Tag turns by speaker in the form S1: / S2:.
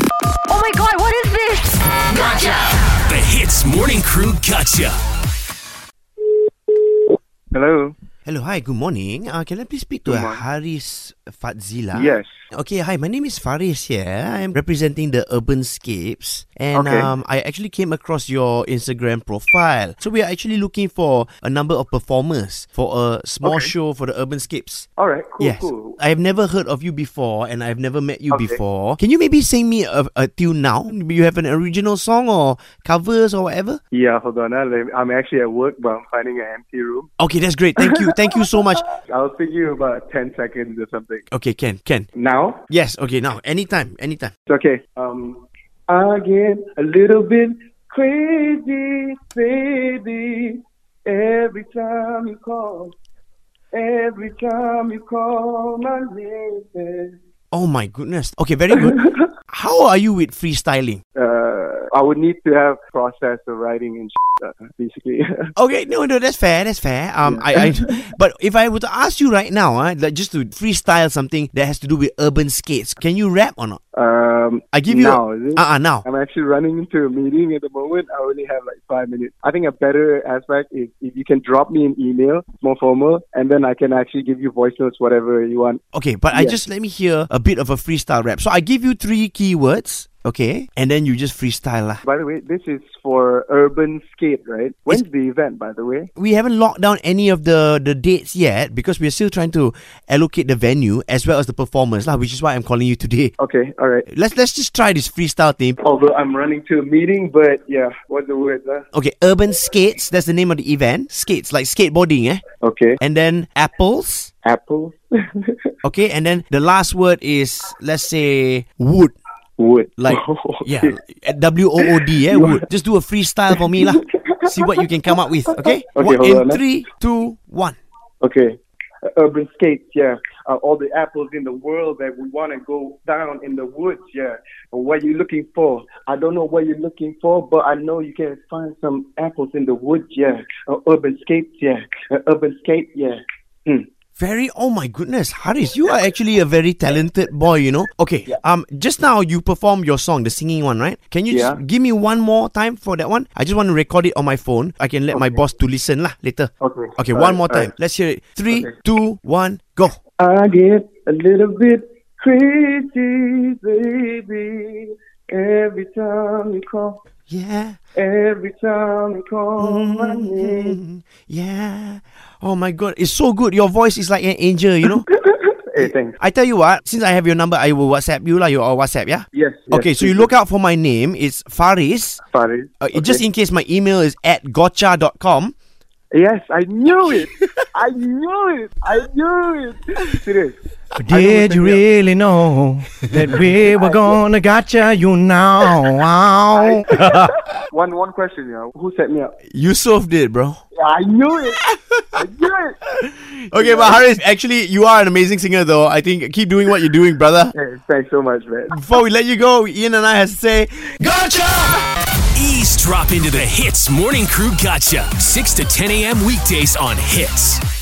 S1: Oh my god, what is this?
S2: The Hits Morning Crew Gotcha.
S3: Hello.
S4: Hello, hi, good morning. Uh, can I please speak to
S3: Good
S4: uh,
S3: morning.
S4: Haris Fadzila?
S3: Yes.
S4: Okay, hi, my name is Faris here. I'm representing the Urbanscapes. And
S3: Okay.
S4: um, I actually came across your Instagram profile. So we are actually looking for a number of performers for a small
S3: Okay.
S4: show for the Urbanscapes.
S3: All right. Cool.
S4: yes.
S3: Cool.
S4: I've never heard of you before and I've never met you
S3: Okay.
S4: before. Can you maybe sing me a, a tune now? You have an original song or covers or whatever?
S3: Yeah. Hold on. I'll, I'm actually at work, but I'm finding an empty room.
S4: Okay, that's great. Thank you. Thank you so much.
S3: I'll speak to you about ten seconds or something.
S4: Okay, Ken, Ken.
S3: Now.
S4: Yes, okay, now, anytime, anytime.
S3: It's okay. Um, I get a little bit crazy, baby, every time you call. Every time you call my name.
S4: Oh my goodness. Okay, very good. How are you with freestyling?
S3: Uh, I would need to have process of writing and uh, basically.
S4: Okay, no, no, that's fair, that's fair. Um, I, I, but if I were to ask you right now, uh, like just to freestyle something that has to do with urban skates, can you rap or not?
S3: um,
S4: I give you.
S3: now,
S4: a,
S3: is it?
S4: Uh, uh, now.
S3: I'm actually running into a meeting at the moment. I only have like five minutes. I think a better aspect is if you can drop me an email, it's more formal, and then I can actually give you voice notes, whatever you want.
S4: Okay, but I
S3: Yeah.
S4: just let me hear a bit of a freestyle rap. So I give you three keywords, okay, and then you just freestyle. lah.
S3: By the way, this is for Urban Skate, right? When's the event, by the way?
S4: we haven't locked down any of the, the dates yet because we're still trying to allocate the venue as well as the performers, lah, which is why I'm calling you today.
S3: Okay, all right.
S4: Let's let's just try this freestyle thing.
S3: Although I'm running to a meeting, but yeah, what's the word? Huh?
S4: Okay, Urban Skates, that's the name of the event. Skates, like skateboarding, eh?
S3: Okay,
S4: And then apples.
S3: apples,
S4: Okay, and then the last word is let's say wood.
S3: wood.
S4: Like yeah. W O O D, yeah, wood. Just do a freestyle for me lah. See what you can come up with, okay?
S3: Okay,
S4: One-
S3: hold
S4: in
S3: on, eh?
S4: three, two, one.
S3: Okay. Uh, Urban skates, yeah. Uh, all the apples in the world that we want to go down in the woods, yeah. What you looking for? I don't know what you're looking for, but I know you can find some apples in the woods, yeah. Uh, urban skates, yeah. Uh, urban skate, yeah. Hmm.
S4: Very oh my goodness, Haris, you are actually a very talented boy, you know. Okay. Um just now you performed your song, the singing one, right? Can you
S3: Yeah.
S4: just give me one more time for that one? I just want to record it on my phone. I can let my boss to listen lah later.
S3: Okay.
S4: Okay,
S3: All
S4: one
S3: right,
S4: more
S3: all
S4: time.
S3: right.
S4: Let's hear it. Three,
S3: Okay.
S4: two, one, go.
S3: I get a little bit crazy, baby. Every time you call,
S4: Yeah.
S3: every time you call my name.
S4: Mm, Yeah. Oh my god, it's so good. Your voice is like an angel, you know?
S3: Hey, thanks.
S4: I tell you what, since I have your number, I will WhatsApp you lah. You or WhatsApp, yeah?
S3: Yes. yes,
S4: okay, so you
S3: please.
S4: look out for my name. It's Faris.
S3: Sorry.
S4: Uh, it- Just in case my email is at gotcha.com.
S3: Yes, I knew it. I knew it. I knew it. Serious.
S5: Did you really know that we were gonna gotcha you now?
S3: One one question, you know. Who set me up?
S4: You solved it, bro.
S3: I knew it. I knew it.
S4: Okay, but Haris, actually, you are an amazing singer, though. I think keep doing what you're doing, brother.
S3: Hey, thanks so much, man.
S4: Before we let you go, Ian and I has to say,
S2: Ease drop into the Hits Morning Crew Gotcha. 6 to 10 a.m. weekdays on Hits.